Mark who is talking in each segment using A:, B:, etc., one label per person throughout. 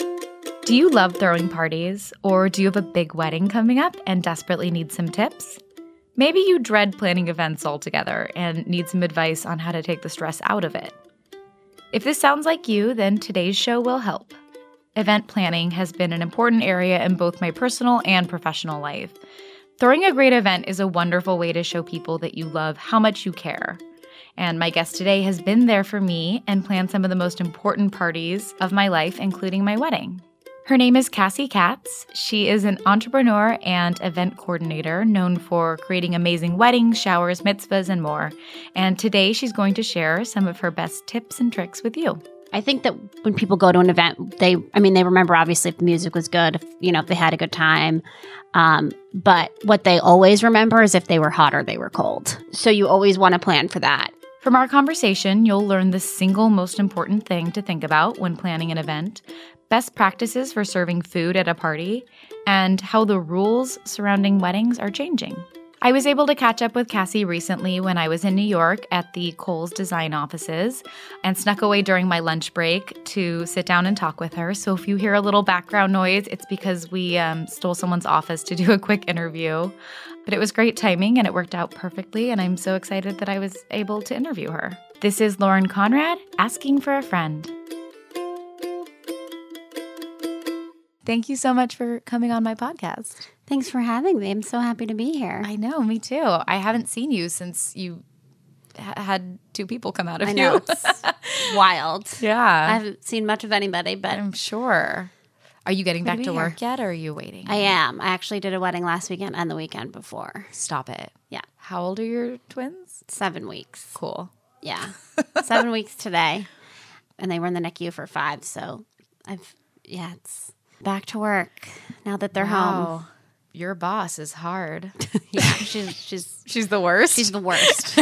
A: Do you love throwing parties, or do you have a big wedding coming up and desperately need some tips? Maybe you dread planning events altogether and need some advice on how to take the stress out of it. If this sounds like you, then today's show will help. Event planning has been an important area in both my personal and professional life. Throwing a great event is a wonderful way to show people that you love how much you care. And my guest today has been there for me and planned some of the most important parties of my life, including my wedding. Her name is Cassie Katz. She is an entrepreneur and event coordinator known for creating amazing weddings, showers, mitzvahs, and more. And today she's going to share some of her best tips and tricks with you.
B: I think that when people go to an event, they, I mean, they remember obviously if the music was good, if, you know, if they had a good time. Um, but what they always remember is if they were hot or they were cold. So you always want to plan for that.
A: From our conversation, you'll learn the single most important thing to think about when planning an event, best practices for serving food at a party, and how the rules surrounding weddings are changing. I was able to catch up with Cassie recently when I was in New York at the Coles design offices and snuck away during my lunch break to sit down and talk with her. So if you hear a little background noise, it's because we um, stole someone's office to do a quick interview. But it was great timing and it worked out perfectly. And I'm so excited that I was able to interview her. This is Lauren Conrad asking for a friend. Thank you so much for coming on my podcast.
B: Thanks for having me. I'm so happy to be here.
A: I know, me too. I haven't seen you since you ha- had two people come out of
B: I
A: you.
B: know it's wild. I
A: yeah,
B: haven't seen much of anybody, but
A: I'm sure. Are you getting back
B: to
A: to
B: be
A: work yet, or are you waiting?
B: I am. I actually did a wedding last weekend and the weekend before.
A: Stop it.
B: Yeah.
A: How old are your twins?
B: Seven weeks.
A: Cool.
B: Yeah. Seven weeks today. And they were in the NICU for five. So I've, yeah, it's back to work now that they're home.
A: Wow. Um, Your boss is hard.
B: Yeah. She's, she's,
A: She's the worst.
B: she's the worst.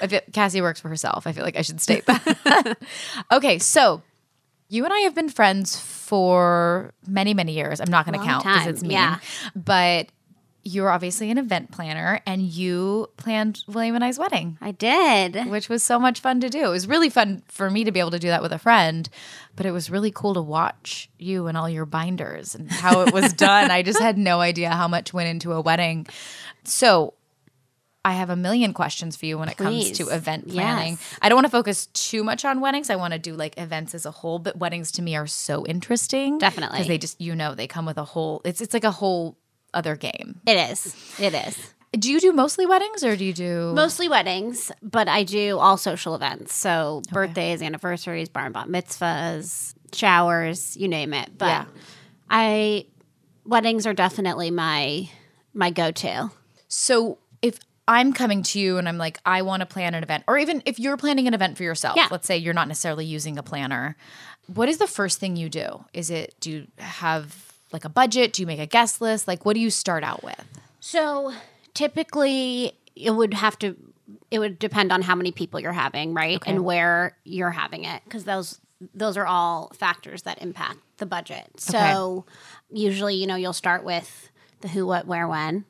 A: I feel, Cassie works for herself. I feel like I should state that. okay, so you and I have been friends for many, many years. I'm not going to
B: Long
A: count because
B: time,
A: it's mean.
B: yeah.
A: But you're obviously an event planner, and you planned William and I's wedding,
B: I did.
A: which was so much fun to do. It was really fun for me to be able to do that with a friend, but it was really cool to watch you and all your binders and how it was done. I just had no idea how much went into a wedding. So I have a million questions for you when it comes to
B: Please.
A: event planning.
B: Yes.
A: I don't want to focus too much on weddings. I want to do like events as a whole, but weddings to me are so interesting.
B: Definitely.
A: Because they just, you know, they come with a whole, it's, it's like a whole other game.
B: It is. It is.
A: Do you do mostly weddings or do you do?
B: Mostly weddings, but I do all social events. So birthdays, anniversaries, bar and bat mitzvahs, showers, you name it. But
A: Yeah.
B: I, weddings are definitely my, my go-to.
A: So if I'm coming to you and I'm like, I want to plan an event, or even if you're planning an event for yourself,
B: Yeah.
A: let's say you're not necessarily using a planner, what is the first thing you do? Is it, do you have like a budget? Do you make a guest list? Like, what do you start out with?
B: So typically, it would have to. It would depend on how many people you're having, right, and where you're having it, because those those are all factors that impact the budget. So usually, you know, you'll start with the who, what, where, when,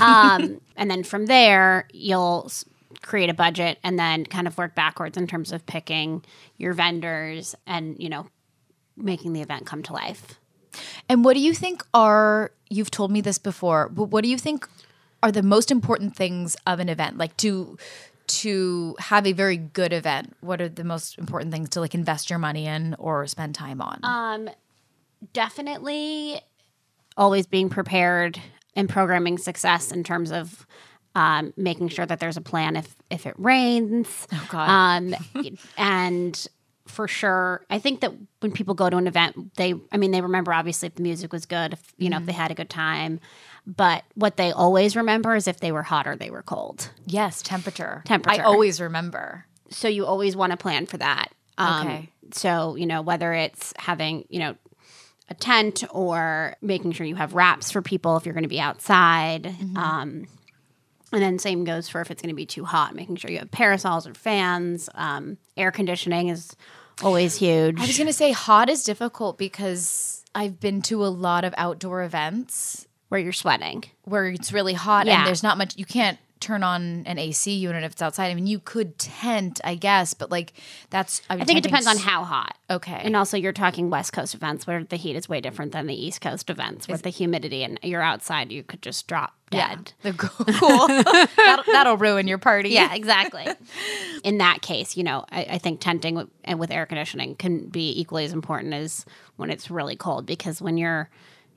B: um, and then from there, you'll s- create a budget, and then kind of work backwards in terms of picking your vendors and you know making the event come to life.
A: And what do you think are, you've told me this before, but what do you think are the most important things of an event? Like to, to have a very good event, what are the most important things to like invest your money in or spend time on?
B: Uh, definitely always being prepared and programming success in terms of um, making sure that there's a plan if if it rains. Oh
A: God.
B: Um, and for sure, I think that when people go to an event, they I mean they remember obviously if the music was good, if you know if they had a good time, but what they always remember is if they were hot or they were cold.
A: Yes, temperature. I
B: Temperature.
A: always remember.
B: so you always want to plan for that. Um,
A: Okay.
B: So you know whether it's having you know a tent or making sure you have wraps for people if you're going to be outside.
A: Mm-hmm.
B: Um, and then same goes for if it's going to be too hot, making sure you have parasols or fans. Um, air conditioning is always huge.
A: I was going to say hot is difficult because I've been to a lot of outdoor events
B: where you're sweating.
A: where it's really hot
B: Yeah.
A: and there's not much you can't turn on an AC unit if it's outside. I mean, you could tent, I guess, but like that's. mean,
B: I think it
A: tenting's-
B: depends on how hot.
A: Okay.
B: And also, you're talking West Coast events where the heat is way different than the East Coast events with the humidity, and you're outside, you could just drop dead.
A: The cool. that'll, that'll ruin your party.
B: Yeah, exactly. In that case, you know, I, I think tenting with, and with air conditioning can be equally as important as when it's really cold because when you're,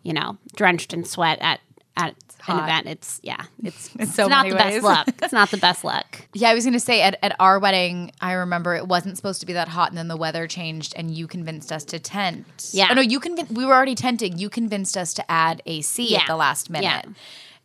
B: you know, drenched in sweat at at an event, it's yeah, it's it's,
A: so
B: not
A: many
B: the
A: ways.
B: best luck. It's not the best luck.
A: Yeah, I was gonna say at, at our wedding, I remember it wasn't supposed to be that hot, and then the weather changed, and you convinced us to tent.
B: Yeah.
A: oh, no, you convinced. We were already tenting. You convinced us to add AC at
B: Yeah.
A: the last minute,
B: Yeah.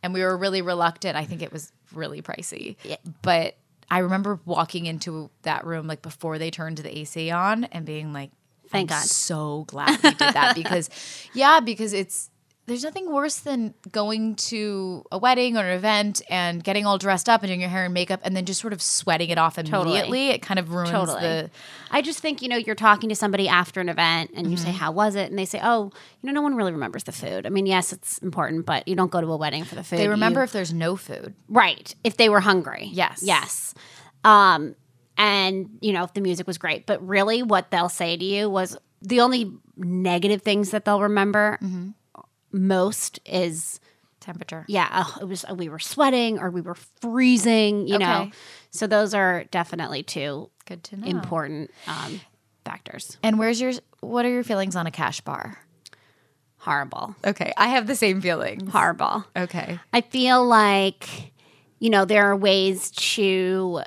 A: and we were really reluctant. I think it was really pricey, but I remember walking into that room like before they turned the AC on and being like,
B: Thank
A: I'm
B: God."
A: so glad we did that because, yeah, because it's there's nothing worse than going to a wedding or an event and getting all dressed up and doing your hair and makeup and then just sort of sweating it off immediately. It kind of ruins
B: Totally.
A: the
B: I just think, you know, you're talking to somebody after an event and you say,
A: Mm-hmm.
B: How was it? And they say, Oh, you know, no one really remembers the food. I mean, yes, it's important, but you don't go to a wedding for the food.
A: they
B: You-
A: remember if there's no food.
B: Right. If they were hungry.
A: Yes.
B: Yes. Um, and, you know, if the music was great. But really, what they'll say to you was the only negative things that they'll remember
A: Mm-hmm.
B: most is,
A: Temperature.
B: yeah, oh, it was, we were sweating or we were freezing, you know.
A: Okay.
B: So those are definitely two
A: Good to know.
B: important um, factors.
A: and where's your what are your feelings on a cash bar?
B: Horrible.
A: Okay. I have the same feelings.
B: Horrible.
A: Okay.
B: I feel like, you know, there are ways to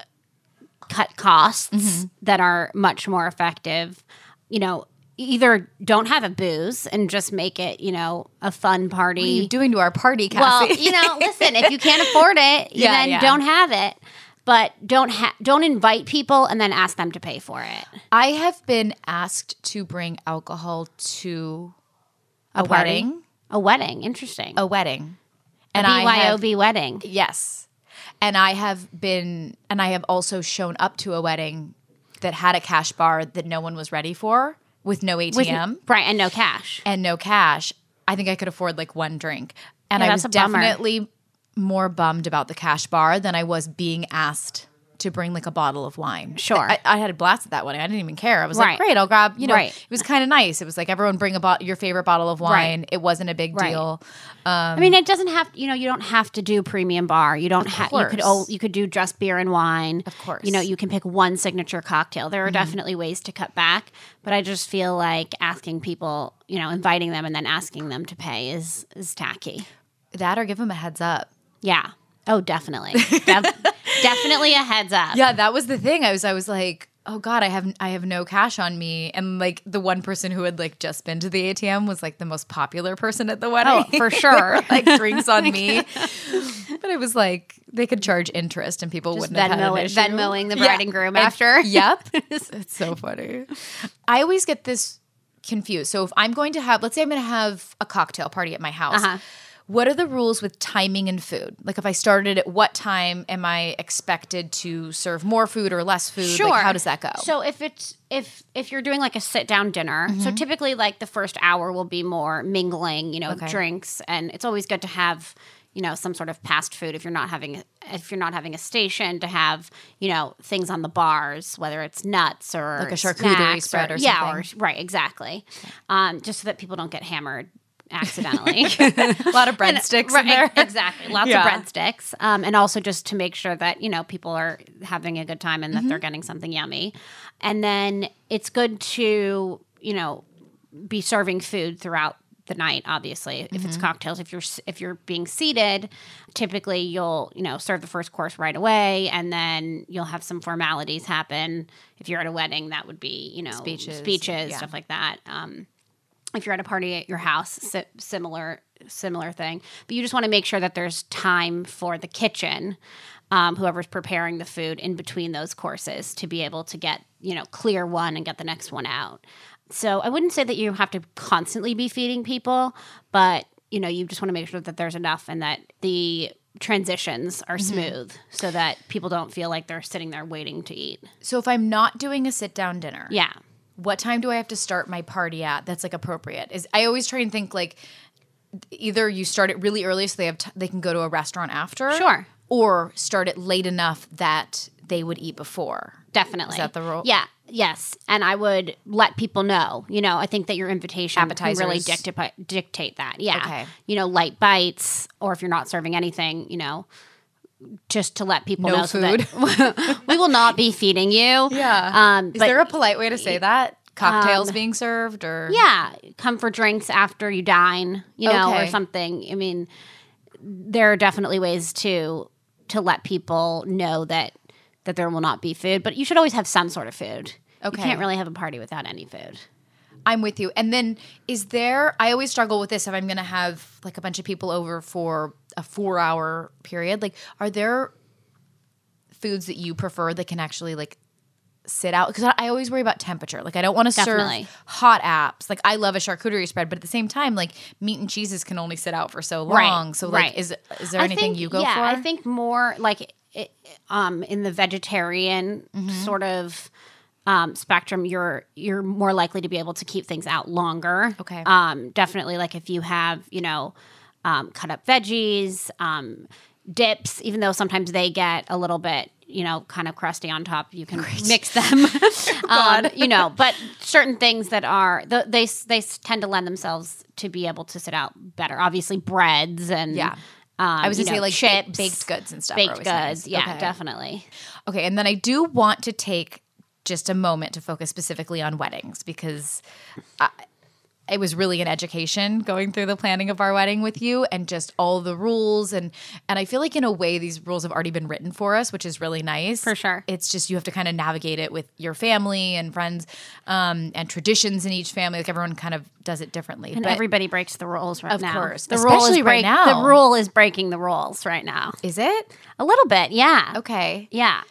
B: cut costs that are much more effective. You know, e-, either don't have a booze and just make it, you know, a fun party.
A: What are you doing to our party,
B: well,
A: Cassie?
B: you know, listen, if you can't afford it, you
A: Yeah,
B: then
A: yeah.
B: don't have it. But don't ha- don't invite people and then ask them to pay for it.
A: I have been asked to bring alcohol to a,
B: party?
A: wedding.
B: A wedding, interesting.
A: A wedding. And I have-
B: BYOB wedding.
A: Yes. And I have been, and I have also shown up to a wedding that had a cash bar that no one was ready for with no ATM
B: Right, and no cash.
A: and no cash. I think I could afford like one drink. And
B: Yeah,
A: I was
B: that's a bummer.
A: definitely more bummed about the cash bar than I was being asked to bring like a bottle of wine.
B: Sure.
A: I, I had a blast at that wedding. I didn't even care. I was like,
B: Right.
A: great, I'll grab, you know,
B: Right.
A: it was kind of nice. It was like everyone bring a bot your favorite bottle of wine. It wasn't a big
B: Right.
A: deal.
B: I mean, it doesn't have you know you don't have to do premium bar. You don't have you
A: course.
B: could oh, you could do just beer and wine. Of
A: course. Mm-hmm.
B: you know you can pick one signature cocktail. There are definitely ways to cut back, but I just feel like asking people, you know, inviting them and then asking them to pay is is tacky.
A: That or give them a heads up.
B: Yeah. Oh, definitely, Def- definitely a heads up.
A: Yeah, that was the thing. I was I was like, "Oh god, I have I have no cash on me." And like the one person who had like just been to the ATM was like the most popular person at the wedding.
B: Oh, for sure.
A: like drinks on me. but it was like they could charge interest and people
B: Just
A: wouldn't have had an
B: Venmo-
A: issue.
B: Venmoing the bride and groom after.
A: Yep. it's so funny. I always get this confused. So if I'm going to have let's say I'm going to have a cocktail party at my house.
B: Uh-huh.
A: What are the rules with timing and food? Like if I started at what time am I expected to serve more food or less food?
B: Sure.
A: Like how does that go?
B: So if it's if if you're doing like a sit down dinner,
A: Mm-hmm.
B: so typically like the first hour will be more mingling, you know, drinks, and it's always good to have you know some sort of fast food if you're not having if you're not having a station to have you know things on the bars, whether it's nuts or
A: Like a charcuterie
B: snacks
A: spread or
B: yeah, or, right, exactly, um, just so that people don't get hammered accidentally.
A: a lot of breadsticks in there.
B: Exactly. Lots
A: Yeah.
B: of breadsticks. Um, and also just to make sure that, you know, people are having a good time and that they're
A: Mm-hmm.
B: getting something yummy. And then it's good to, you know, be serving food throughout the night obviously if
A: Mm-hmm.
B: it's cocktails if you're s- if you're being seated typically you'll you know serve the first course right away and then you'll have some formalities happen if you're at a wedding that would be you know
A: Speeches,
B: speeches
A: yeah.
B: stuff like that um if you're at a party at your house si- similar similar thing but you just want to make sure that there's time for the kitchen um, whoever's preparing the food in between those courses to be able to get you know clear one and get the next one out so i wouldn't say that you have to constantly be feeding people but you know you just want to make sure that there's enough and that the transitions are smooth so that people don't feel like they're sitting there waiting to eat
A: So if I'm not doing a sit down dinner,
B: yeah
A: what time do I have to start my party at that's like appropriate? Is I always try and think like either you start it really early so they have t- they can go to a restaurant after.
B: Sure.
A: or start it late enough that they would eat before.
B: Definitely.
A: Is that the rule?
B: Yeah. Yes. And I would let people know. You know, I think that your invitation can really
A: Appetizers.
B: dictate dictate that. Yeah.
A: Okay.
B: You know, light bites, or if you're not serving anything, you know, just to let people
A: No
B: know so that we will not be feeding you.
A: Yeah.
B: Um,
A: Is
B: but- um,
A: there a polite way to say that? Cocktails being served or
B: yeah, come for drinks after you dine, you know, or
A: Okay.
B: something. I mean, there are definitely ways to to let people know that that there will not be food, but you should always have some sort of food.
A: Okay.
B: You can't really have a party without any food.
A: I'm with you. And then is there I always struggle with this if I'm going to have like a bunch of people over for a 4-hour period. Like are there foods that you prefer that can actually like sit out because I always worry about temperature. Like I don't want to serve
B: Definitely.
A: hot apps. Like I love a charcuterie spread, but at the same time like meat and cheeses can only sit out for so
B: Right,
A: long. So like
B: right.
A: is is there
B: I
A: anything
B: think-
A: you go
B: yeah,
A: for?
B: I think more like it, um, in the vegetarian
A: Mm-hmm.
B: sort of um, spectrum, you're you're more likely to be able to keep things out longer.
A: Okay.
B: Um, definitely, like if you have you know um, cut up veggies, um, dips, even though sometimes they get a little bit you know kind of crusty on top, you can mix them. um, you know, but certain things that are th- they s- they s- tend to lend themselves to be able to sit out better. Obviously, breads and
A: Yeah.
B: Um,
A: I was
B: you
A: gonna say
B: know,
A: like ba-
B: chips,
A: baked goods and stuff. are
B: baked
A: always
B: goods.
A: nice.
B: Yeah,
A: Okay.
B: definitely.
A: Okay, and then I do want to take just a moment to focus specifically on weddings because I, it was really an education going through the planning of our wedding with you and just all the rules and and I feel like in a way these rules have already been written for us, which is really nice.
B: For sure.
A: It's just you have to kind of navigate it with your family and friends um, and traditions in each family. Like everyone kind of does it differently.
B: And
A: but
B: everybody breaks the rules right
A: Of
B: now.
A: course.
B: the rule is
A: Especially right
B: break-
A: now.
B: The rule is breaking the rules right now.
A: is it
B: A little bit, yeah.
A: okay?
B: Yeah.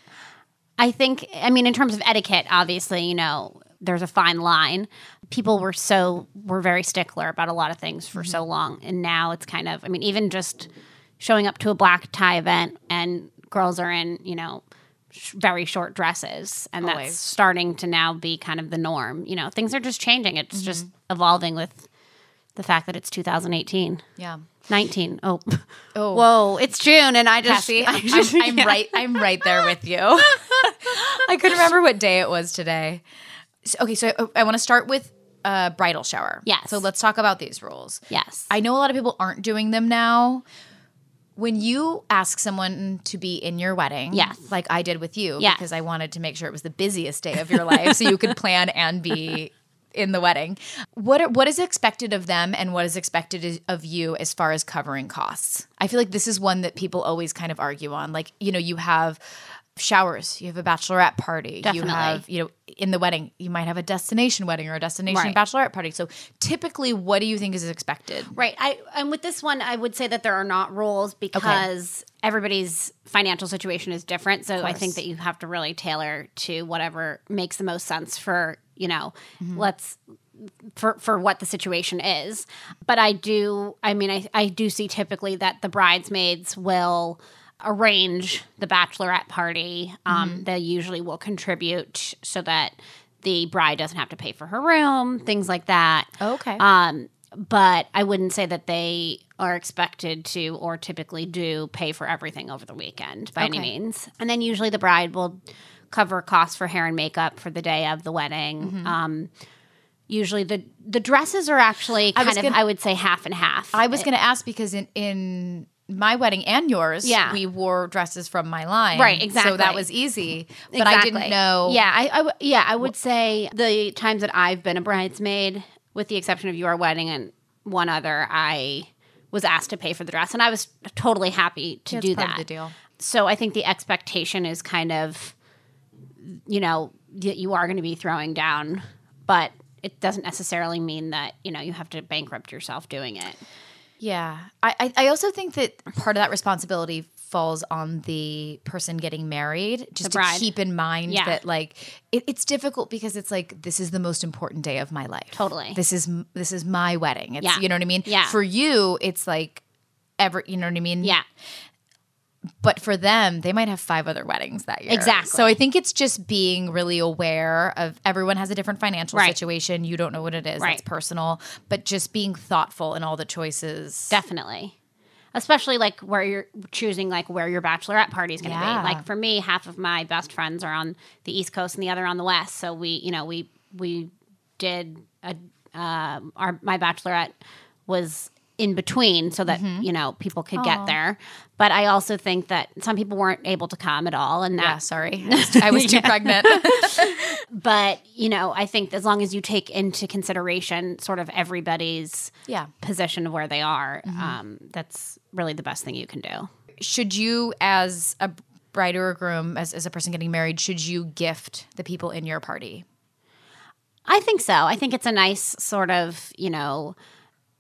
B: I think, I mean, in terms of etiquette, obviously, you know, there's a fine line. People were so, were very stickler about a lot of things for so long. And now it's kind of, I mean, even just showing up to a black tie event and girls are in, you know, sh- very short dresses. And
A: Always.
B: that's starting to now be kind of the norm. You know, things are just changing. It's just evolving with the fact that it's 2018.
A: Yeah.
B: 19. Oh.
A: Oh.
B: Whoa, it's June and I just
A: Cassie, I'm, I'm, I'm right. I'm right there with you. I couldn't remember what day it was today. So, okay, so I, I want to start with uh, bridal shower.
B: Yes.
A: So let's talk about these rules.
B: Yes.
A: I know a lot of people aren't doing them now. When you ask someone to be in your wedding,
B: Yes.
A: like I did with you,
B: Yes.
A: because I wanted to make sure it was the busiest day of your life, so you could plan and be in the wedding. What are, what is expected of them, and what is expected is- of you as far as covering costs? I feel like this is one that people always kind of argue on. Like you know, you have showers, you have a bachelorette party,
B: Definitely.
A: you have you know in the wedding, you might have a destination wedding or a destination
B: Right.
A: bachelorette party. So typically, what do you think is expected?
B: Right. I and with this one, I would say that there are not rules because everybody's financial situation is different. So I think that you have to really tailor to whatever makes the most sense for you know. Let's for for what the situation is. But I do. I mean, I I do see typically that the bridesmaids will arrange the bachelorette party. Um, They usually will contribute so that. The bride doesn't have to pay for her room, things like that.
A: Okay.
B: Um, but I wouldn't say that they are expected to or typically do pay for everything over the weekend by any
A: Okay.
B: means. And then usually the bride will cover costs for hair and makeup for the day of the wedding.
A: Mm-hmm.
B: Um, usually the the dresses are actually kind
A: was
B: of
A: gonna-
B: I would say half and half.
A: I was going to ask because in in my wedding and yours,
B: Yeah.
A: we wore dresses from my line,
B: Right,
A: So that
B: exactly.
A: was easy, but I
B: Exactly.
A: didn't know.
B: Yeah, I, I w- yeah, I would say the times that I've been a bridesmaid, with the exception of your wedding and one other, I was asked to pay for the dress, and I was totally happy to
A: That's
B: do
A: part
B: that.
A: of the deal.
B: So I think the expectation is kind of, you know, that you are going to be throwing down, but it doesn't necessarily mean that you know you have to bankrupt yourself doing it.
A: yeah. I I I also think that part of that responsibility falls on the person getting married just to
B: bride.
A: keep in mind
B: Yeah.
A: that like it, it's difficult because it's like this is the most important day of my life
B: Totally.
A: this is m- this is my wedding it's
B: Yeah.
A: you know what i mean
B: Yeah.
A: for you it's like ever you know what i mean
B: Yeah,
A: but for them they might have five other weddings that year
B: Exactly.
A: so i think it's just being really aware of everyone has a different financial
B: Right.
A: situation you don't know what it is
B: Right.
A: that's personal but just being thoughtful in all the choices
B: definitely. especially like where you're choosing like where your bachelorette party is going to
A: Yeah.
B: be. Like for me, half of my best friends are on the East Coast and the other on the West. So we, you know, we we did a um our my bachelorette was in between so that you know people could get there. But I also think that some people weren't able to come at all, and that
A: Yeah, Ah, sorry. I was- I was too pregnant.
B: but you know i think as long as you take into consideration sort of everybody's
A: yeah.
B: position of where they are um, that's really the best thing you can do
A: Should you, as a bride or a groom, as, as a person getting married, should you gift the people in your party?
B: i think so i think it's a nice sort of you know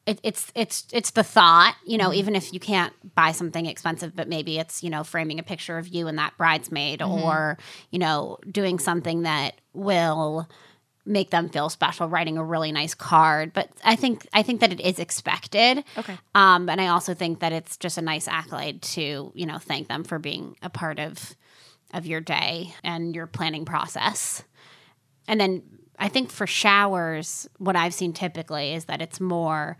B: it, it's it's it's the thought you know even if you can't buy something expensive but maybe it's you know framing a picture of you and that bridesmaid or you know doing something that will make them feel special writing a really nice card but i think i think that it is expected
A: Okay.
B: Um, and I also think that it's just a nice accolade to you know thank them for being a part of of your day and your planning process. And then I think for showers, what I've seen typically is that it's more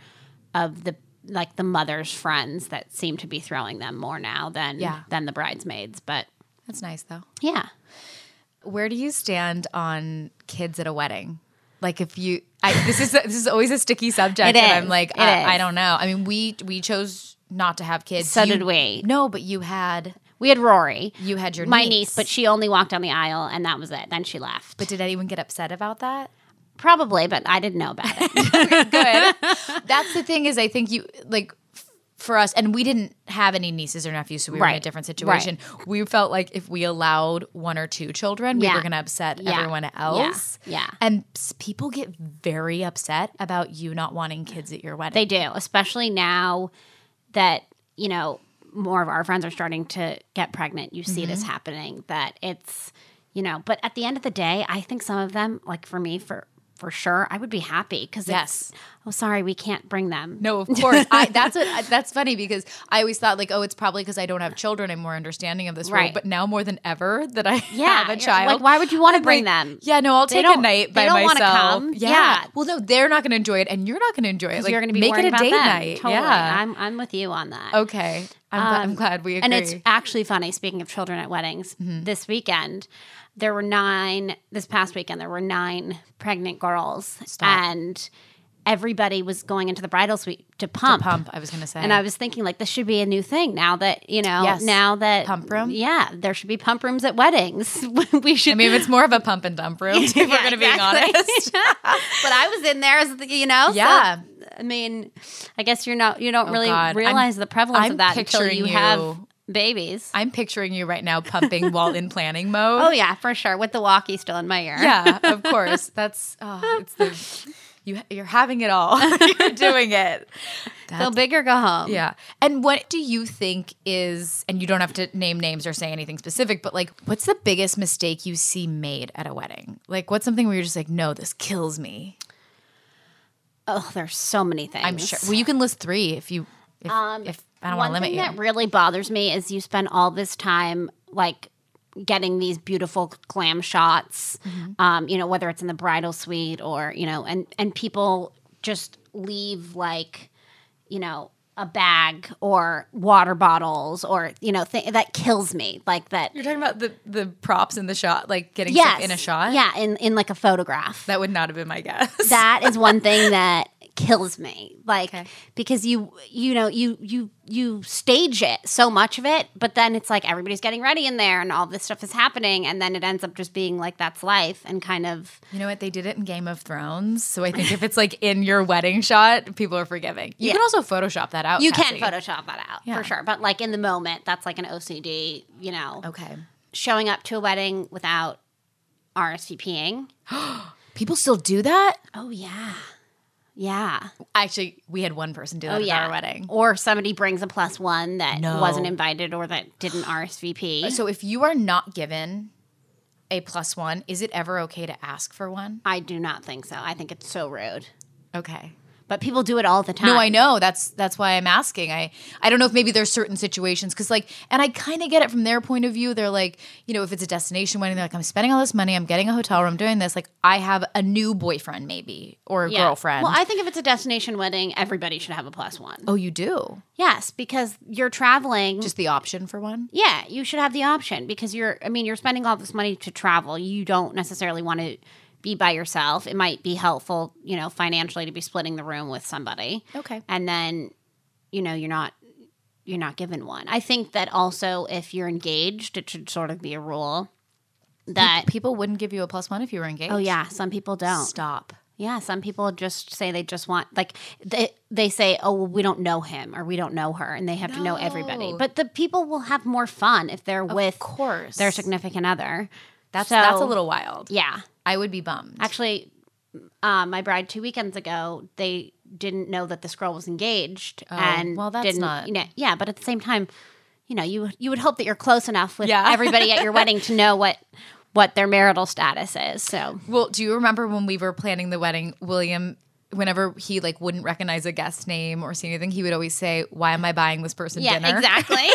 B: of the like the mother's friends that seem to be throwing them more now than
A: Yeah.
B: than the bridesmaids. But
A: That's nice, though.
B: yeah,
A: Where do you stand on kids at a wedding? Like if you, I, this is this is always a sticky subject,
B: It
A: and
B: is.
A: I'm like,
B: It
A: I, I
B: is.
A: don't know. I mean, we we chose not to have kids.
B: So
A: You-
B: did we.
A: No, but you had
B: we had Rory,
A: you had your
B: my niece, but she only walked down the aisle and that was it. Then she left.
A: but did anyone get upset about that?
B: Probably, but I didn't know about it.
A: That's the thing is, I think you like f- for us, and we didn't have any nieces or nephews, so we were in a
B: Right.
A: different situation. We felt like if we allowed one or two children, we
B: Yeah.
A: were going to upset
B: Yeah.
A: everyone else.
B: yeah.
A: And s- people get very upset about you not wanting kids at your wedding.
B: They do, especially now that, you know, more of our friends are starting to get pregnant. You see
A: Mm-hmm.
B: this happening that it's, you know, but at the end of the day, I think some of them, like for me, for for sure, I would be happy because
A: Yes.
B: oh, sorry, we can't bring them.
A: No, of course. I, that's what, that's funny because I always thought like, oh, it's probably because I don't have children. I'm more understanding of this rule.
B: Right.
A: But now more than ever that I
B: Yeah,
A: have a
B: you're
A: child,
B: like, why would you wanna
A: I'm
B: bring
A: like,
B: them?
A: Yeah, no, I'll
B: They
A: take a
B: don't-
A: night by
B: they don't wanna
A: myself.
B: come.
A: Yeah.
B: Yeah.
A: Well, no, they're not going to enjoy it, and you're not going to enjoy it. Like
B: you're going to be
A: make it
B: worried
A: a
B: about
A: date
B: them.
A: night.
B: Totally.
A: Yeah.
B: I'm I'm with you on that.
A: okay. I'm, glad, I'm glad we agree. Mm-hmm.
B: And it's actually funny. Speaking of children at weddings, this weekend there were nine. This past weekend there were nine pregnant girls, and everybody was going into the bridal suite to pump.
A: pump. I was going to say.
B: And I was thinking, like, this should be a new thing now that you know.
A: Yes.
B: Now that
A: Pump room?
B: yeah, there should be pump rooms at weddings. we should.
A: I mean, if it's more of a pump and dump room, if we're
B: Yeah,
A: going to be
B: exactly.
A: honest.
B: but I was in there, as the- you know. so,
A: Yeah. Oh,
B: I mean, I guess you're not. You don't really
A: God. I'm-
B: realize the prevalence
A: I'm
B: of that until
A: picturing
B: you
A: you-
B: have babies.
A: I'm picturing you right now pumping while in planning mode.
B: Oh yeah, for sure. With the walkie still in my ear.
A: Yeah, of course. That's oh, it's the you you're having it all. you're doing it.
B: Go big or go home.
A: Yeah. And what do you think is and you don't have to name names or say anything specific, but like what's the biggest mistake you see made at a wedding? Like what's something where you're just like, "No, this kills me."
B: Oh, there's so many things.
A: I'm sure. Well, you can list 3 if you if, if I don't want to
B: Um, One
A: limit
B: thing
A: you.
B: that really bothers me is you spend all this time like getting these beautiful glam shots.
A: Mm-hmm.
B: Um, you know, whether it's in the bridal suite or you know, and and people just leave like you know a bag or water bottles or you know th- that kills me like that.
A: you're talking about the the props in the shot, like getting
B: Yes,
A: sick in a shot.
B: Yeah, in in like a photograph.
A: That would not have been my guess.
B: that is one thing that kills me like
A: Okay.
B: because you you know you you you stage it so much of it but then it's like everybody's getting ready in there and all this stuff is happening and then it ends up just being like that's life and kind of
A: You know what? They did it in Game of Thrones. So I think if it's like in your wedding shot, people are forgiving. You
B: Yeah.
A: can also Photoshop that out.
B: you
A: Cassie.
B: can photoshop that out
A: Yeah.
B: for sure but like in the moment that's like an OCD you know
A: Okay.
B: showing up to a wedding without RSVPing
A: People still do that?
B: oh yeah yeah
A: Actually, we had one person do that
B: oh
A: at
B: yeah
A: our wedding.
B: or somebody brings a plus one that
A: No.
B: wasn't invited or that didn't RSVP
A: So if you are not given a plus one, is it ever okay to ask for one?
B: I do not think so. I think it's so rude.
A: Okay.
B: but people do it all the time.
A: No, I know. That's that's why I'm asking. I I don't know if maybe there's certain situations because like, and I kind of get it from their point of view. They're like, you know, if it's a destination wedding, they're like, I'm spending all this money, I'm getting a hotel room, doing this. Like, I have a new boyfriend maybe or a
B: Yeah.
A: girlfriend.
B: Well, I think if it's a destination wedding, everybody should have a plus one.
A: oh, you do.
B: Yes, because you're traveling.
A: Just the option for one.
B: yeah, you should have the option because you're. I mean, you're spending all this money to travel. You don't necessarily want to be by yourself. It might be helpful, you know, financially to be splitting the room with somebody.
A: Okay.
B: and then you know you're not you're not given one i think that also if you're engaged it should sort of be a rule that
A: People wouldn't give you a plus one if you were engaged.
B: oh yeah some people don't
A: Stop.
B: yeah some people just say they just want like they they say oh well, we don't know him or we don't know her and they have to know everybody
A: No.
B: but the people will have more fun if they're with
A: Of course.
B: their significant other
A: that's
B: So-
A: that's a little wild.
B: yeah
A: I would be bummed.
B: actually um, my bride two weekends ago they didn't know that this girl was engaged
A: Oh,
B: and
A: well, that's
B: didn't,
A: not-
B: you know, yeah but at the same time you know you you would hope that you're close enough with
A: Yeah.
B: everybody at your wedding to know what what their marital status is so
A: Well, do you remember when we were planning the wedding, William? Whenever he like wouldn't recognize a guest name or see anything, he would always say, "Why am I buying this person
B: yeah
A: dinner?"
B: exactly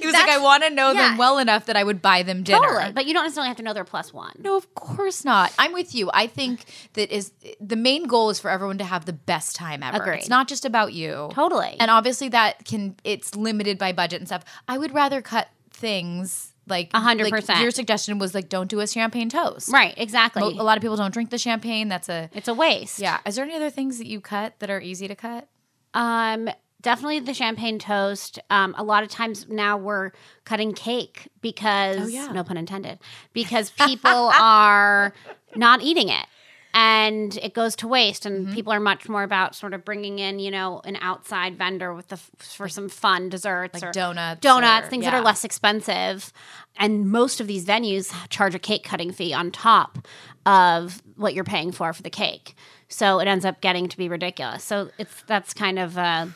A: He was like, "I want to know
B: yeah.
A: them well enough that I would buy them dinner."
B: totally but you don't necessarily have to know their plus one
A: No, of course not. I'm with you. I think that is the main goal is for everyone to have the best time ever.
B: Agreed.
A: It's not just about you.
B: Totally.
A: And obviously that can it's limited by budget and stuff. I would rather cut things like
B: A hundred
A: like
B: percent.
A: Your suggestion was like don't do a champagne toast.
B: right exactly
A: Mo- A lot of people don't drink the champagne. That's a
B: it's a waste
A: yeah. Is there any other things that you cut that are easy to cut?
B: Um, definitely the champagne toast. Um, a lot of times now we're cutting cake because
A: Oh, yeah.
B: no pun intended, because people are not eating it and it goes to waste and
A: Mm-hmm.
B: people are much more about sort of bringing in you know an outside vendor with the f- for some fun desserts
A: Like
B: or
A: donuts
B: donuts
A: or-
B: things that
A: yeah.
B: are less expensive and most of these venues charge a cake cutting fee on top of what you're paying for for the cake so it ends up getting to be ridiculous so it's that's kind of uh,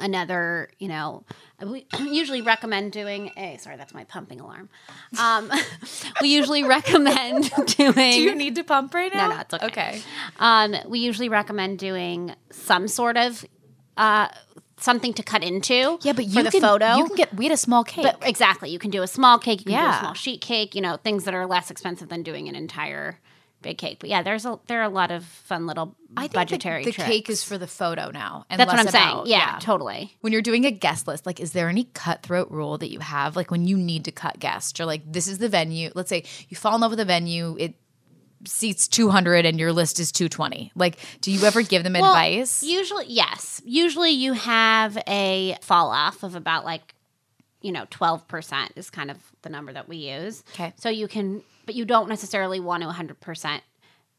B: another you know we usually recommend doing a sorry that's my pumping alarm um, we usually recommend doing
A: Do you need to pump right now?
B: no, it's okay.
A: Okay.
B: um, we usually recommend doing some sort of uh, something to cut into
A: Yeah, but you
B: for the
A: can
B: photo
A: you can get we had a small cake.
B: but exactly, you can do a small cake, you can do
A: Yeah.
B: a small sheet cake, you know, things that are less expensive than doing an entire big cake. But yeah, there's a there are a lot of fun little
A: I think the-
B: budgetary
A: the,
B: tricks.
A: cake is for the photo now. And
B: That's what I'm
A: less
B: saying.
A: about-
B: Yeah, totally.
A: when you're doing a guest list, like, is there any cutthroat rule that you have? Like, when you need to cut guests, you're like, this is the venue. Let's say you fall in love with a venue, it seats 200 and your list is 220. Like, do you ever give them
B: Well,
A: advice?
B: Usually, yes. Usually, you have a fall off of about like, you know, twelve percent is kind of the number that we use.
A: Okay.
B: So you can, but you don't necessarily want to one hundred percent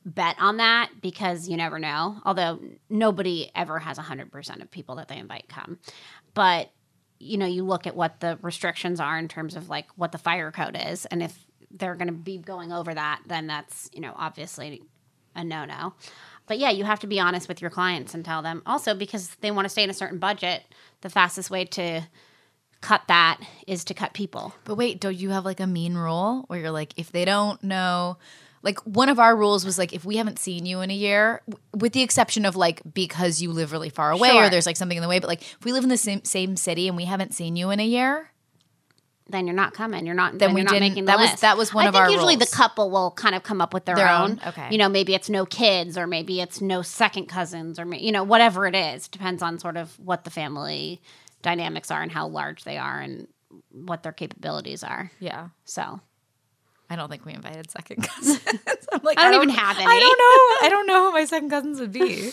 B: bet on that because you never know. Although nobody ever has one hundred percent of people that they invite come, but you know, you look at what the restrictions are in terms of like what the fire code is, and if they're going to be going over that, then that's you know obviously a no no. But yeah, you have to be honest with your clients and tell them also because they want to stay in a certain budget. The fastest way to cut that is to cut people.
A: But wait, don't you have like a mean rule where you're like, if they don't know, like one of our rules was like, if we haven't seen you in a year, w- with the exception of like because you live really far away
B: Sure.
A: or there's like something in the way, but like if we live in the same same city and we haven't seen you in a year,
B: Then you're not coming. You're not. Then,
A: we
B: you're not
A: didn't-
B: making the
A: that was-
B: list.
A: that was one
B: I
A: of
B: think
A: our
B: Usually,
A: rules.
B: the couple will kind of come up with their,
A: Their
B: own.
A: own, okay.
B: You know, maybe it's no kids, or maybe it's no second cousins, or ma- you know, whatever it is. Depends on sort of what the family dynamics are and how large they are and what their capabilities are.
A: yeah,
B: So
A: I don't think we invited second cousins. I'm like,
B: I don't even have any.
A: I don't know. I don't know who my second cousins would be.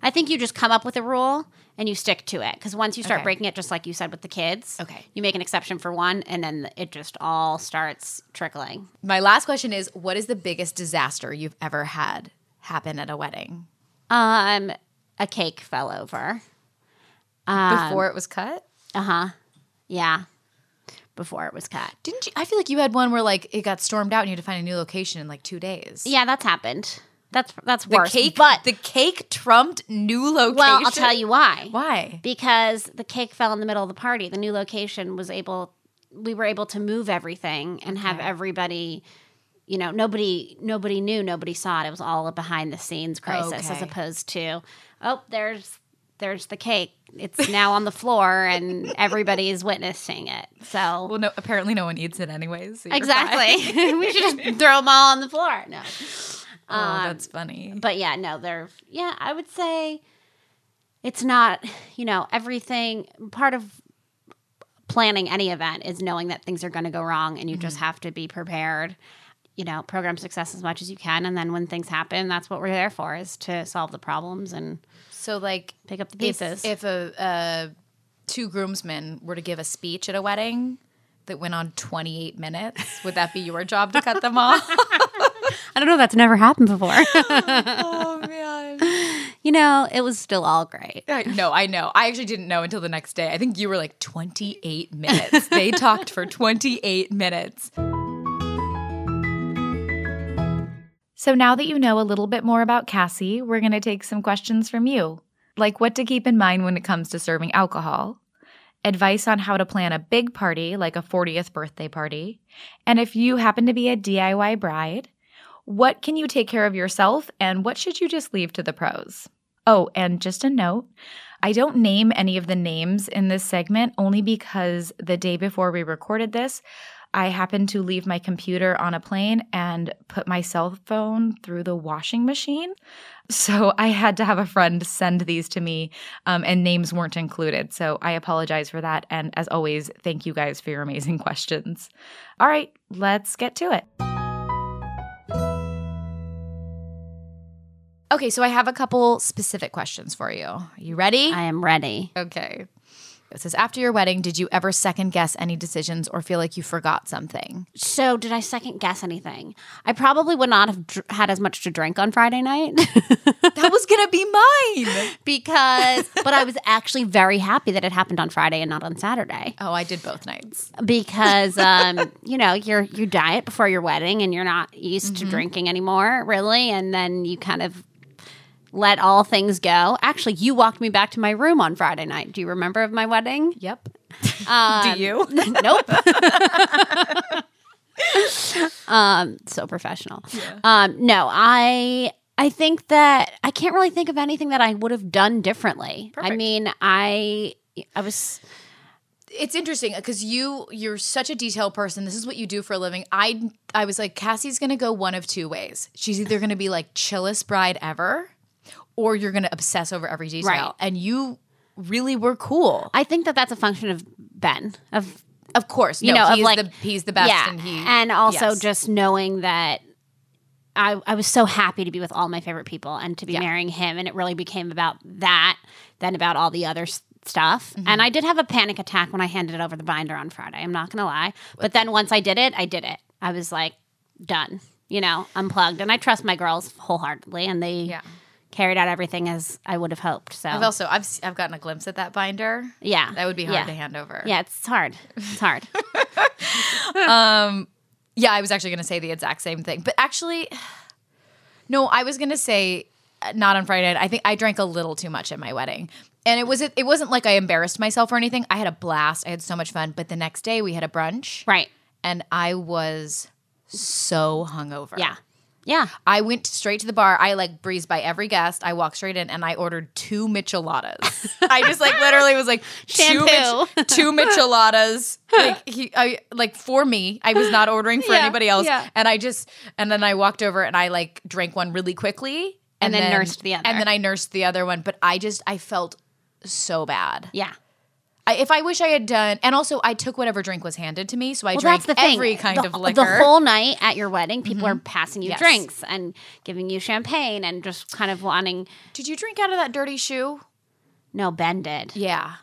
B: I think you just come up with a rule and you stick to it because once you start
A: Okay.
B: breaking it, just like you said with the kids,
A: Okay.
B: you make an exception for one, and then it just all starts trickling.
A: my last question is what is the biggest disaster you've ever had happen at a wedding?
B: Um, a cake fell over. Um,
A: Before it was cut?
B: Uh huh. Yeah. Before it was cut.
A: Didn't you I feel like you had one where like it got stormed out and you had to find a new location in like 2 days.
B: Yeah, that's happened. That's that's
A: The
B: worse.
A: cake
B: but
A: the cake trumped new location.
B: well, I'll tell you why.
A: why.
B: Because the cake fell in the middle of the party. The new location was able. We were able to move everything and have everybody you know nobody nobody knew nobody saw it it was all a behind the scenes crisis as
A: Okay.
B: opposed to oh there's there's the cake it's now on the floor and everybody is witnessing it so
C: Well, no, apparently no one eats it anyways. so you're fine.
B: exactly we should just throw them all on the floor no
C: Oh,
B: Um,
C: that's funny.
B: but yeah, no, they're yeah, I would say it's not, you know, everything part of planning any event is knowing that things are going to go wrong and you just have to be prepared. You know, program success as much as you can and then when things happen, that's what we're there for is to solve the problems and
A: So like
B: pick up the
A: if,
B: pieces.
A: if a uh, two groomsmen were to give a speech at a wedding that went on 28 minutes, would that be your job to cut them
C: Oh,
A: off?
B: I don't know, that's never happened before.
A: oh man.
B: you know, it was still all great.
A: I- No, I know. I actually didn't know until the next day. I think you were like 28 minutes. They talked for 28 minutes.
C: So now that you know a little bit more about Cassie, we're going to take some questions from you, like what to keep in mind when it comes to serving alcohol, advice on how to plan a big party, like a 40th birthday party, and if you happen to be a DIY bride, what can you take care of yourself and what should you just leave to the pros? Oh, and just a note I don't name any of the names in this segment only because the day before we recorded this, I happened to leave my computer on a plane and put my cell phone through the washing machine. So I had to have a friend send these to me, um, and names weren't included. So I apologize for that. And as always, thank you guys for your amazing questions. All right, let's get to it.
A: Okay, so I have a couple specific questions for you. Are you ready?
B: I am ready.
A: okay. It says after your wedding, did you ever second guess any decisions or feel like you forgot something?
B: So, did I second guess anything? I probably would not have dr- had as much to drink on Friday night.
A: That was going to be mine.
B: because but I was actually very happy that it happened on Friday and not on Saturday
A: Oh, I did both nights.
B: because um you know you're you diet before your wedding and you're not used to drinking anymore really and then you kind of let all things go. Actually, you walked me back to my room on Friday night. Do you remember of my wedding?
A: Yep.
B: Um,
C: Do you?
B: nope. um, so professional. Um, no, I I think that I can't really think of anything that I would have done differently. I
C: Perfect.
B: mean, I I was
A: it's interesting because you you're such a detail person. This is what you do for a living. I I was like Cassie's gonna go one of two ways. She's either gonna be like chillest bride ever, or you're gonna obsess over every detail.
B: Right.
A: And you really were cool.
B: I think that that's a function of Ben of
A: Of course,
B: You
A: no,
B: know, of,
A: he's
B: like-
A: the, he's the best,
B: yeah,
A: and he
B: also
A: yes.
B: just knowing that. I, I was so happy to be with all my favorite people and to be
A: Yeah.
B: marrying him and it really became about that than about all the other s- stuff
A: Mm-hmm.
B: and i did have a panic attack when i handed over the binder on friday i'm not gonna lie but then once i did it i did it i was like done you know unplugged and i trust my girls wholeheartedly and they
A: Yeah.
B: carried out everything as i would have hoped so
A: I've also I've s- I've gotten a glimpse at that binder.
B: yeah
A: That would be hard
B: yeah.
A: to hand over.
B: yeah it's hard it's hard
A: Yeah, I was actually going to say the exact same thing. But actually, no, I was going to say uh, not on Friday. night. I think I drank a little too much at my wedding. And it was it wasn't like I embarrassed myself or anything. I had a blast. I had so much fun. But the next day we had a brunch.
B: right
A: And I was so hungover.
B: yeah yeah
A: I went straight to the bar. I like breezed by every guest. I walked straight in and I ordered two micheladas. I just like literally was like two,
B: Shampoo.
A: mich- two micheladas. Like he, I like for me. I was not ordering for
B: Yeah,
A: anybody else.
B: yeah.
A: And I just and then I walked over and I like drank one really quickly
B: And then nursed the other.
A: And then I nursed the other one. But I just I felt so bad.
B: yeah
A: I, if I wish I had done, and also I took whatever drink was handed to me, so I
B: Well,
A: drank
B: that's the thing.
A: every kind
B: the,
A: of liquor. Mm-hmm.
B: The whole night at your wedding, people are passing you
A: Yes.
B: drinks and giving you champagne and just kind of wanting.
A: Did you drink out of that dirty shoe?
B: No, Ben did.
A: Yeah.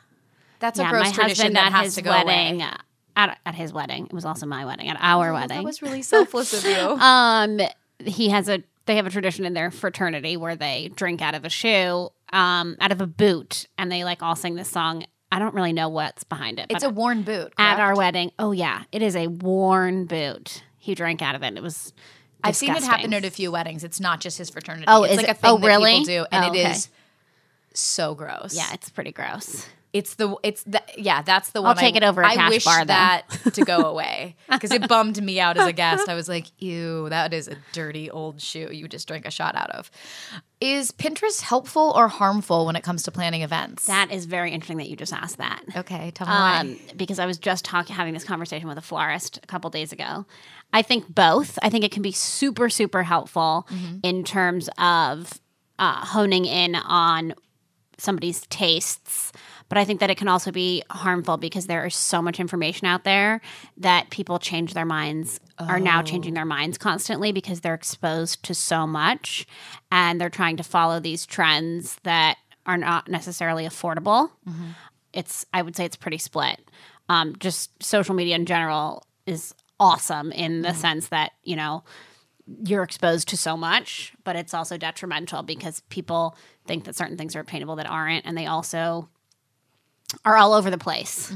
A: That's
B: Yeah,
A: a gross
B: my
A: tradition
B: husband
A: that
B: at
A: has
B: his
A: to go
B: wedding.
A: away.
B: uh, At, at his wedding, it was also my wedding. At our wedding,
A: Oh, That was really selfless of you.
B: um, he has a. They have a tradition in their fraternity where they drink out of a shoe, um, out of a boot, and they like all sing this song. I don't really know what's behind it.
A: it's
B: but
A: a worn boot.
B: at
A: correct?
B: our wedding. Oh yeah, it is a worn boot. He drank out of it. It was.
A: I've seen it
B: disgusting.
A: happen at a few weddings. It's not just his fraternity.
B: Oh,
A: it's
B: is
A: like
B: it-
A: a thing
B: oh,
A: that
B: really?
A: people do, and
B: Oh,
A: it
B: okay.
A: is so gross.
B: Yeah, it's pretty gross.
A: It's the it's the yeah. That's the
B: I'll
A: one. I-
B: take it over a
A: I
B: cash
A: wish
B: bar, then.
A: that to go away because it bummed me out as a guest. I was like, ew, that is a dirty old shoe you just drank a shot out of. Is Pinterest helpful or harmful when it comes to planning events?
B: That is very interesting that you just asked that.
A: okay, tell me why.
B: Um, because I was just talking, having this conversation with a florist a couple days ago. I think both. I think it can be super, super helpful in terms of uh, honing in on somebody's tastes. But I think that it can also be harmful because there is so much information out there that people change their minds, are now changing their minds constantly because they're exposed to so much and they're trying to follow these trends that are not necessarily affordable it's I would say it's pretty split. Um, just social media in general is awesome in the sense that you know you're exposed to so much, but it's also detrimental because people think that certain things are obtainable that aren't, and they also are all over the place.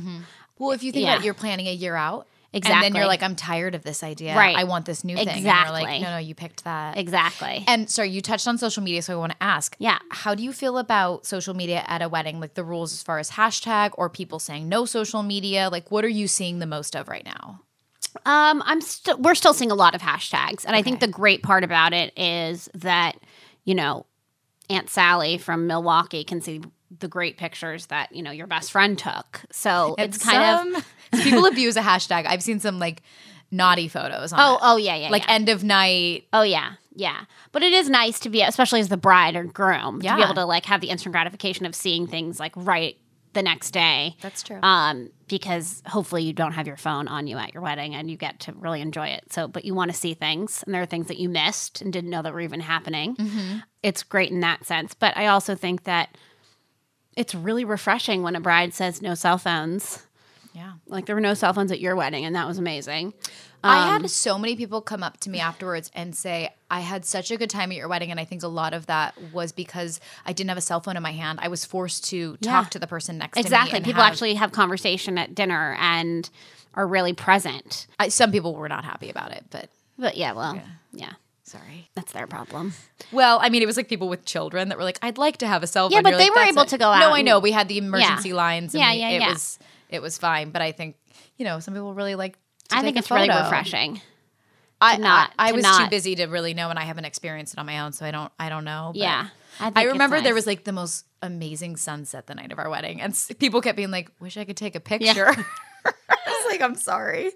A: Well, if you think
B: yeah.
A: about it, you're planning a year out. And then
B: Exactly.
A: you're like, I'm tired of this idea.
B: Right.
A: I want this new thing. And you're
B: Exactly.
A: like, no, no, you picked that.
B: Exactly.
A: And sorry, you touched on social media, so I want to ask.
B: Yeah.
A: How do you feel about social media at a wedding? Like the rules as far as hashtag or people saying no social media? Like what are you seeing the most of right now?
B: Um, I'm still we're still seeing a lot of hashtags, and I think the great part about it is that you know Aunt Sally from Milwaukee can see the great pictures that you know your best friend took. So it's
A: And
B: kind of
A: some- people abuse a hashtag. I've seen some like naughty photos on
B: oh
A: it.
B: oh yeah yeah
A: like
B: yeah.
A: end of night.
B: oh yeah yeah. But it is nice to be, especially as the bride or groom, to be
A: Yeah.
B: able to like have the instant gratification of seeing things like right the next day.
A: That's true.
B: um, because hopefully you don't have your phone on you at your wedding and you get to really enjoy it. So, but you want to see things, and there are things that you missed and didn't know that were even happening.
A: Mm-hmm.
B: It's great in that sense. But I also think that it's really refreshing when a bride says no cell phones.
A: yeah.
B: Like there were no cell phones at your wedding, and that was amazing.
A: I had so many people come up to me afterwards and say, I had such a good time at your wedding. And I think a lot of that was because I didn't have a cell phone in my hand. I was forced to
B: Yeah.
A: talk to the person next to me.
B: Exactly.
A: and
B: People
A: have-
B: actually have conversation at dinner and are really present.
A: I, some people were not happy about it, but
B: But yeah, well, yeah,
A: sorry.
B: that's their problem.
A: Well, I mean, it was like people with children that were like, I'd like to have a cell phone.
B: Yeah, but
A: You're
B: they
A: like,
B: were
A: "That's
B: able
A: it."
B: to go out
A: No, I
B: and-
A: know. We had the emergency lines. And
B: Yeah,
A: yeah,
B: yeah,
A: yeah, it
B: yeah.
A: was It was fine. But I think, you know, some people really like to
B: I
A: take
B: think
A: a
B: it's really
A: photo.
B: refreshing.
A: I,
B: not-
A: I, I
B: to
A: was
B: not-
A: too busy to really know, and I haven't experienced it on my own, so I don't. I don't know. but-
B: Yeah.
A: I
B: think it's
A: remember there
B: nice.
A: was like the most amazing sunset the night of our wedding, and s- people kept being like, "Wish I could take a picture." I was like, "I'm sorry."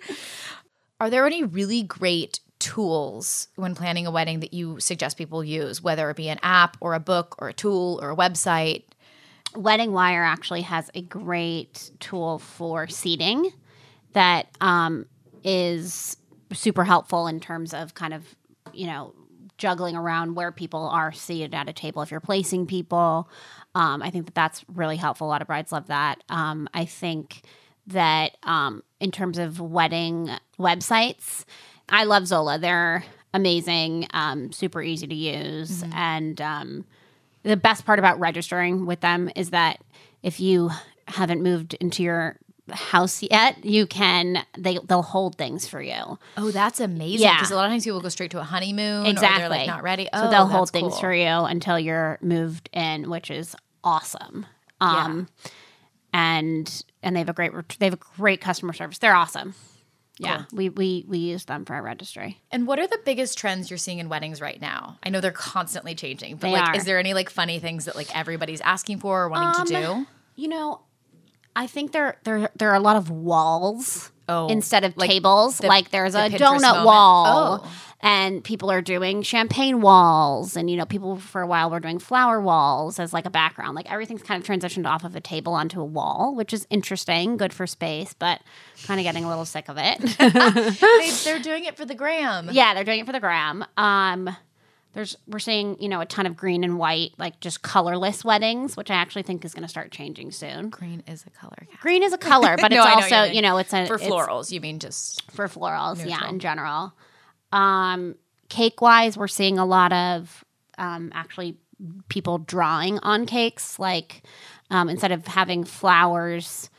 A: Are there any really great tools when planning a wedding that you suggest people use, whether it be an app or a book or a tool or a website?
B: Wedding Wire actually has a great tool for seating that um, is super helpful in terms of kind of, you know, juggling around where people are seated at a table if you're placing people. Um, I think that that's really helpful. A lot of brides love that. Um, I think that um, in terms of wedding websites, I love Zola. They're amazing, um, super easy to use, and um, the best part about registering with them is that if you haven't moved into your house yet, you can they they'll hold things for you.
A: Oh, that's amazing!
B: Yeah.
A: Because a lot of times people go straight to a honeymoon, or
B: Exactly.
A: they're like not ready. Oh,
B: so they'll
A: that's
B: hold things
A: cool.
B: for you until you're moved in, which is awesome. Um and and they have a great ret- they have a great customer service. They're awesome. Yeah. We we we use them for our registry.
A: And what are the biggest trends you're seeing in weddings right now? I know they're constantly changing, but
B: They
A: like,
B: are.
A: is there any like funny things that like everybody's asking for or wanting to do?
B: You know, I think there there there are a lot of walls
A: Oh,
B: instead of
A: like
B: tables.
A: the-
B: like there's
A: the
B: a
A: Pinterest
B: donut
A: moment.
B: wall,
A: Oh.
B: and people are doing champagne walls, and you know, people for a while were doing flower walls as like a background. Like everything's kind of transitioned off of a table onto a wall, which is interesting, good for space, but kind of getting a little sick of it.
A: they, they're doing it for the gram.
B: Yeah, they're doing it for the gram. Um, there's we're seeing you know a ton of green and white, like just colorless weddings, which I actually think is going to start changing soon.
A: Green is a color.
B: Green is a color, but
A: No,
B: it's
A: I know what you
B: also
A: mean.
B: you know it's a
A: For
B: it's
A: florals, you mean just
B: for florals, yeah, in general. Um, cake wise, we're seeing a lot of um, actually people drawing on cakes, like um, instead of having flowers,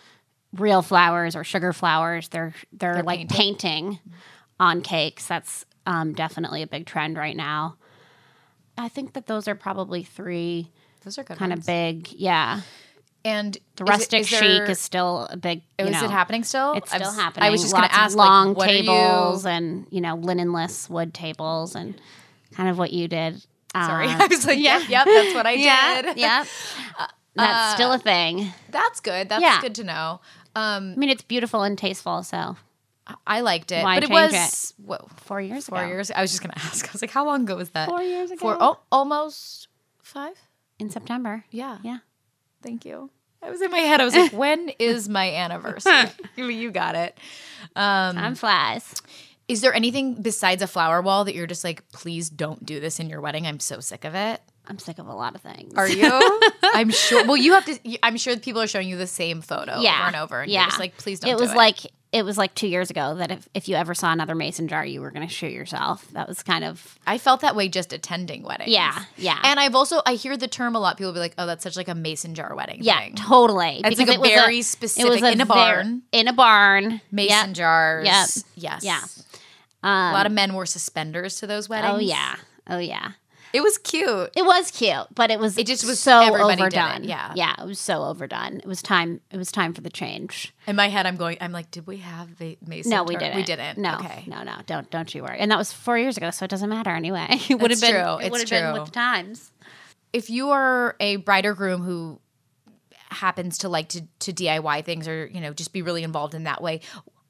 B: real flowers or sugar flowers, they're they're, like painting on cakes. That's um, definitely a big trend right now. I think that those are probably three
A: those are good
B: kind of big, yeah.
A: And
B: The
A: is it-
B: rustic
A: is there-
B: chic is still a big.
A: Oh,
B: You
A: is
B: know,
A: it happening still?
B: It's
A: I'm
B: still
A: s-
B: happening.
A: I was just
B: Lots
A: going
B: of
A: to ask,
B: long
A: like, what are you-
B: tables and you know linenless wood tables and kind of what you did.
A: Sorry,
B: Uh,
A: I was like, yeah, yep, yep, that's what I
B: yeah,
A: did. Uh,
B: yeah. That's still a thing.
A: That's good. That's
B: Yeah.
A: good to know. Um,
B: I mean, it's beautiful and tasteful. So
A: I liked it,
B: Why
A: but it
B: change
A: was what,
B: four years
A: four
B: ago,
A: years. I was just going to ask. I was like, how long ago was that?
B: Four years
A: Four,
B: ago.
A: oh, almost five.
B: in September.
A: Yeah.
B: Yeah.
A: Thank you. I was in my head. I was like, when is my anniversary? you you got it. Um,
B: Time flies.
A: Is there anything besides a flower wall that you're just like, please don't do this in your wedding? I'm so sick of it.
B: I'm sick of a lot of things.
A: Are you? I'm sure. Well, you have to. you- I'm sure people are showing you the same photo over and over. And You're just like, please don't.
B: It
A: do
B: was like it was like two years ago that if, if you ever saw another mason jar, you were going to shoot yourself. That was kind of
A: I felt that way just attending weddings.
B: Yeah, yeah.
A: And I've also I hear the term a lot. People be like, oh, that's such like a mason jar wedding.
B: yeah,
A: thing.
B: totally.
A: It's like a very specific- in a
B: ver-
A: barn.
B: in a barn
A: mason
B: Yep.
A: jars.
B: Yep.
A: Yes.
B: Yeah. Um,
A: a lot of men wore suspenders to those weddings.
B: Oh yeah, oh yeah.
A: It was cute.
B: It was cute, but it was
A: It just was-
B: so
A: everybody did it,
B: overdone.
A: yeah.
B: yeah, it was so overdone. It was time. It was time for the change.
A: In my head, I'm going. I'm like, did we have the mason?
B: No, we
A: jar-
B: didn't.
A: We didn't.
B: No,
A: Okay.
B: no, no. Don't don't you worry. And that was four years ago, so it doesn't matter anyway. It would have
A: That's
B: been.
A: true.
B: It
A: It's
B: would have been
A: true.
B: with the times.
A: If you are a bride or groom who happens to like to to DIY things or you know just be really involved in that way,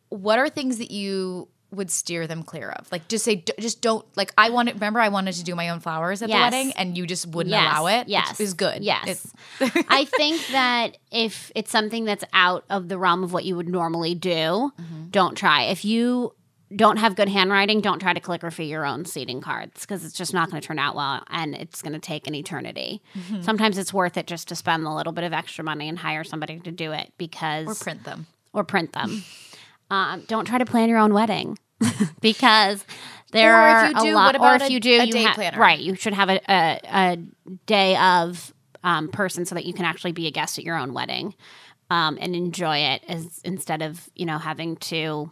A: what are things that you would steer them clear of? Like just say, d- just don't. Like I wanted. Remember, I wanted to do my own flowers at
B: Yes.
A: the wedding, and you just wouldn't
B: Yes,
A: allow it.
B: Yes,
A: which is good.
B: Yes,
A: It's-
B: I think that if it's something that's out of the realm of what you would normally do,
A: Mm-hmm.
B: don't try. If you don't have good handwriting, don't try to calligraphy your own seating cards because it's just not going to turn out well, and it's going to take an eternity.
A: Mm-hmm.
B: Sometimes it's worth it just to spend a little bit of extra money and hire somebody to do it because
A: or print them.
B: or print them. um, don't try to plan your own wedding because there
A: Or if
B: are
A: you
B: a
A: do,
B: lot.
A: what
B: or
A: about
B: if
A: a-
B: you do,
A: a
B: you
A: day
B: ha-
A: planner?
B: right? You should have a a, a day of um, person so that you can actually be a guest at your own wedding um, and enjoy it as instead of you know having to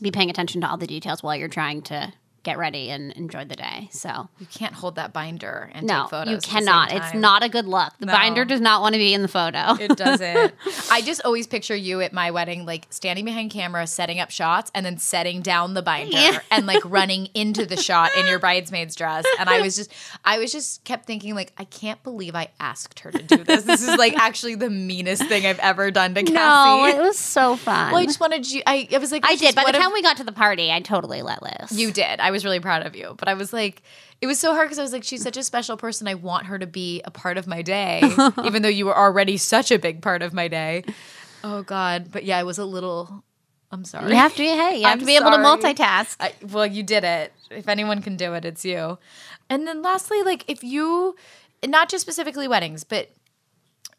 B: be paying attention to all the details while you're trying to get ready and enjoy the day. So
A: You can't hold that binder and
B: no,
A: take photos.
B: you
A: at the same
B: cannot. It's
A: time.
B: not a good look. The
A: No.
B: binder does not want to be in the photo.
A: It doesn't. I just always picture you at my wedding, like standing behind camera, setting up shots, and then setting down the binder
B: Yeah.
A: and like running into the shot in your bridesmaid's dress. And I was just, I was just kept thinking, like, I can't believe I asked her to do this. This is like actually the meanest thing I've ever done to Cassie.
B: no, it was so fun.
A: well, I just wanted you. I, I was like,
B: I
A: just
B: did. By the
A: what if-
B: time we got to the party, I totally let loose.
A: you did. I was really proud of you. But I was like, it was so hard because I was like, she's such a special person. I want her to be a part of my day, even though you were already such a big part of my day. Oh God. But yeah, I was a little. I'm sorry.
B: You have to be. Hey, you have
A: I'm
B: to be able to
A: sorry.
B: multitask.
A: I, well, you did it. If anyone can do it, it's you. And then lastly, like if you, not just specifically weddings, but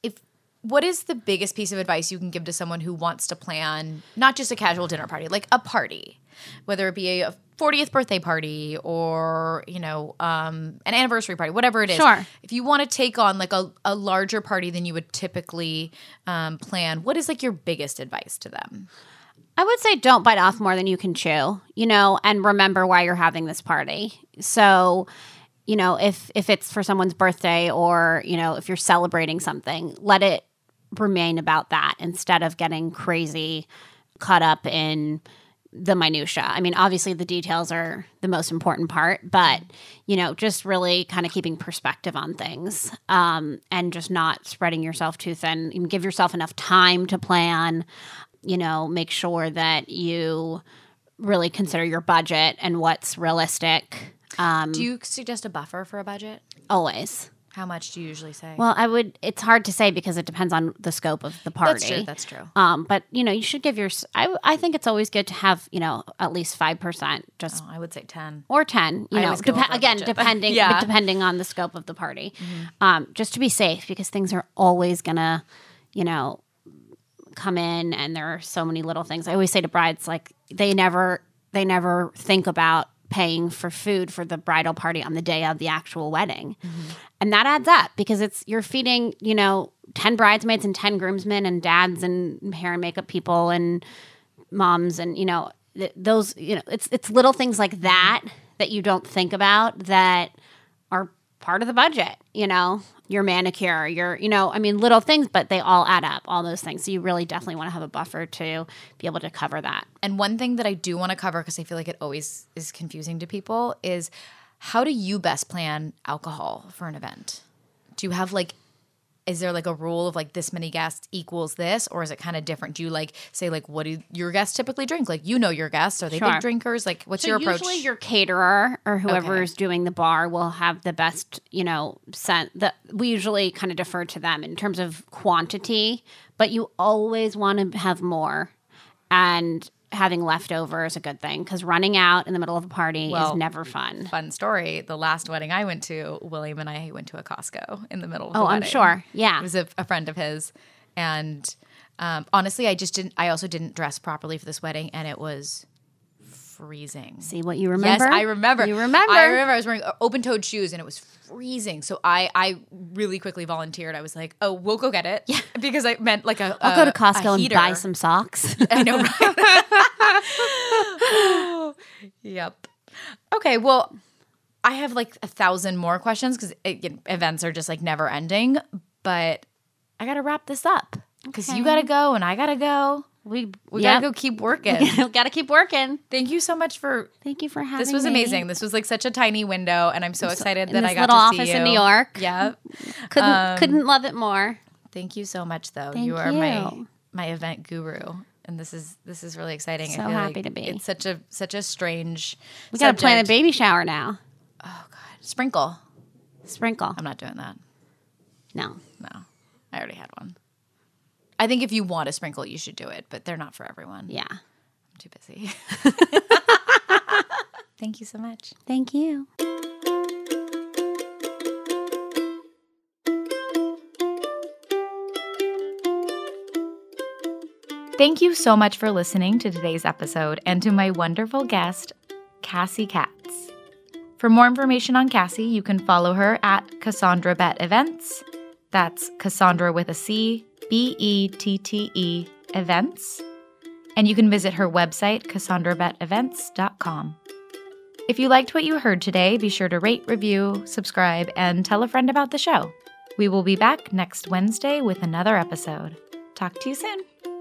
A: if what is the biggest piece of advice you can give to someone who wants to plan not just a casual dinner party, like a party, whether it be a 40th birthday party or you know um, an anniversary party, whatever it is.
B: Sure.
A: If you want to take on like a, a larger party than you would typically um, plan, what is like your biggest advice to them?
B: I would say don't bite off more than you can chew, you know, and remember why you're having this party. So, you know, if if it's for someone's birthday or, you know, if you're celebrating something, let it remain about that instead of getting crazy caught up in the minutia. I mean, obviously the details are the most important part, but you know, just really kind of keeping perspective on things um, and just not spreading yourself too thin. You give yourself enough time to plan. You know, make sure that you really consider your budget and what's realistic. Um,
A: Do you suggest a buffer for a budget?
B: always.
A: How much do you usually say?
B: Well, I would. It's hard to say because it depends on the scope of the party.
A: That's true. That's true.
B: Um, but you know, you should give your. I, I think it's always good to have you know at least five percent, just
A: Uh, I would say 10.
B: or ten. You
A: I
B: know,
A: always go
B: depe-
A: over
B: again,
A: budget.
B: depending
A: Yeah. Mm-hmm.
B: but depending on the scope of the party, um, just to be safe because things are always gonna, you know, come in, and there are so many little things. I always say to brides like they never they never think about paying for food for the bridal party on the day of the actual wedding.
A: Mm-hmm.
B: And that adds up because it's you're feeding, you know, 10 bridesmaids and 10 groomsmen and dads and hair and makeup people and moms and you know th- those you know it's it's little things like that that you don't think about that are part of the budget, you know, your manicure, your, you know, I mean, little things, but they all add up, all those things. So you really definitely want to have a buffer to be able to cover that.
A: And one thing that I do want to cover because I feel like it always is confusing to people is how do you best plan alcohol for an event? Do you have like is there like a rule of like this many guests equals this or is it kind of different? Do you like say like what do your guests typically drink? Like you know your guests are they
B: Sure.
A: big drinkers? Like what's
B: So
A: your approach?
B: usually your caterer or whoever's doing the bar will have the best, you know, scent. The, we usually kind of defer to them in terms of quantity, but you always want to have more. And having leftover is a good thing because running out in the middle of a party
A: Well,
B: is never fun.
A: Fun story. The last wedding I went to, William and I went to a Costco in the middle of the
B: Oh, I'm
A: wedding.
B: sure. Yeah.
A: It was a, a friend of his. And um, honestly, I just didn't, I also didn't dress properly for this wedding and it was freezing.
B: See what you remember?
A: Yes, I remember.
B: You remember?
A: I remember. I was wearing open-toed shoes and it was freezing. So I, I really quickly volunteered. I was like, "Oh, we'll go get it." Yeah, because I meant like a.
B: I'll go
A: a-
B: to Costco
A: a
B: and
A: heater.
B: buy some socks.
A: I know. right? yep. Okay. Well, I have like a thousand more questions because events are just like never ending. But I gotta wrap this up because you gotta go and I gotta go.
B: we
A: We
B: yeah,
A: gotta go keep working.
B: gotta keep working.
A: Thank you so much for
B: Thank you for having.
A: this was
B: me.
A: amazing. This was like such a tiny window, and I'm so excited
B: in
A: that
B: this
A: I got
B: little
A: to see
B: office
A: you.
B: in New York.
A: Yeah.
B: Couldn't couldn't love it more.
A: Thank you so much, though.
B: Thank
A: you are my
B: you.
A: my event guru, and this is this is really exciting.
B: So
A: I feel
B: happy
A: like
B: to be.
A: It's such a such a strange.
B: We gotta plan a
A: subject.
B: baby shower now.
A: sprinkle.
B: Sprinkle.
A: I'm not doing that.
B: No.
A: No, I already had one. I think if you want a sprinkle, you should do it, but they're not for everyone.
B: Yeah.
A: I'm too busy. Thank you so much.
B: Thank you.
D: Thank you so much for listening to today's episode and to my wonderful guest, Cassie Katz. For more information on Cassie, you can follow her at Cassandra Bet Events. That's Cassandra with a C, B E T T E Events. And you can visit her website, CassandraBetEvents.com. If you liked what you heard today, be sure to rate, review, subscribe, and tell a friend about the show. We will be back next Wednesday with another episode. Talk to you soon.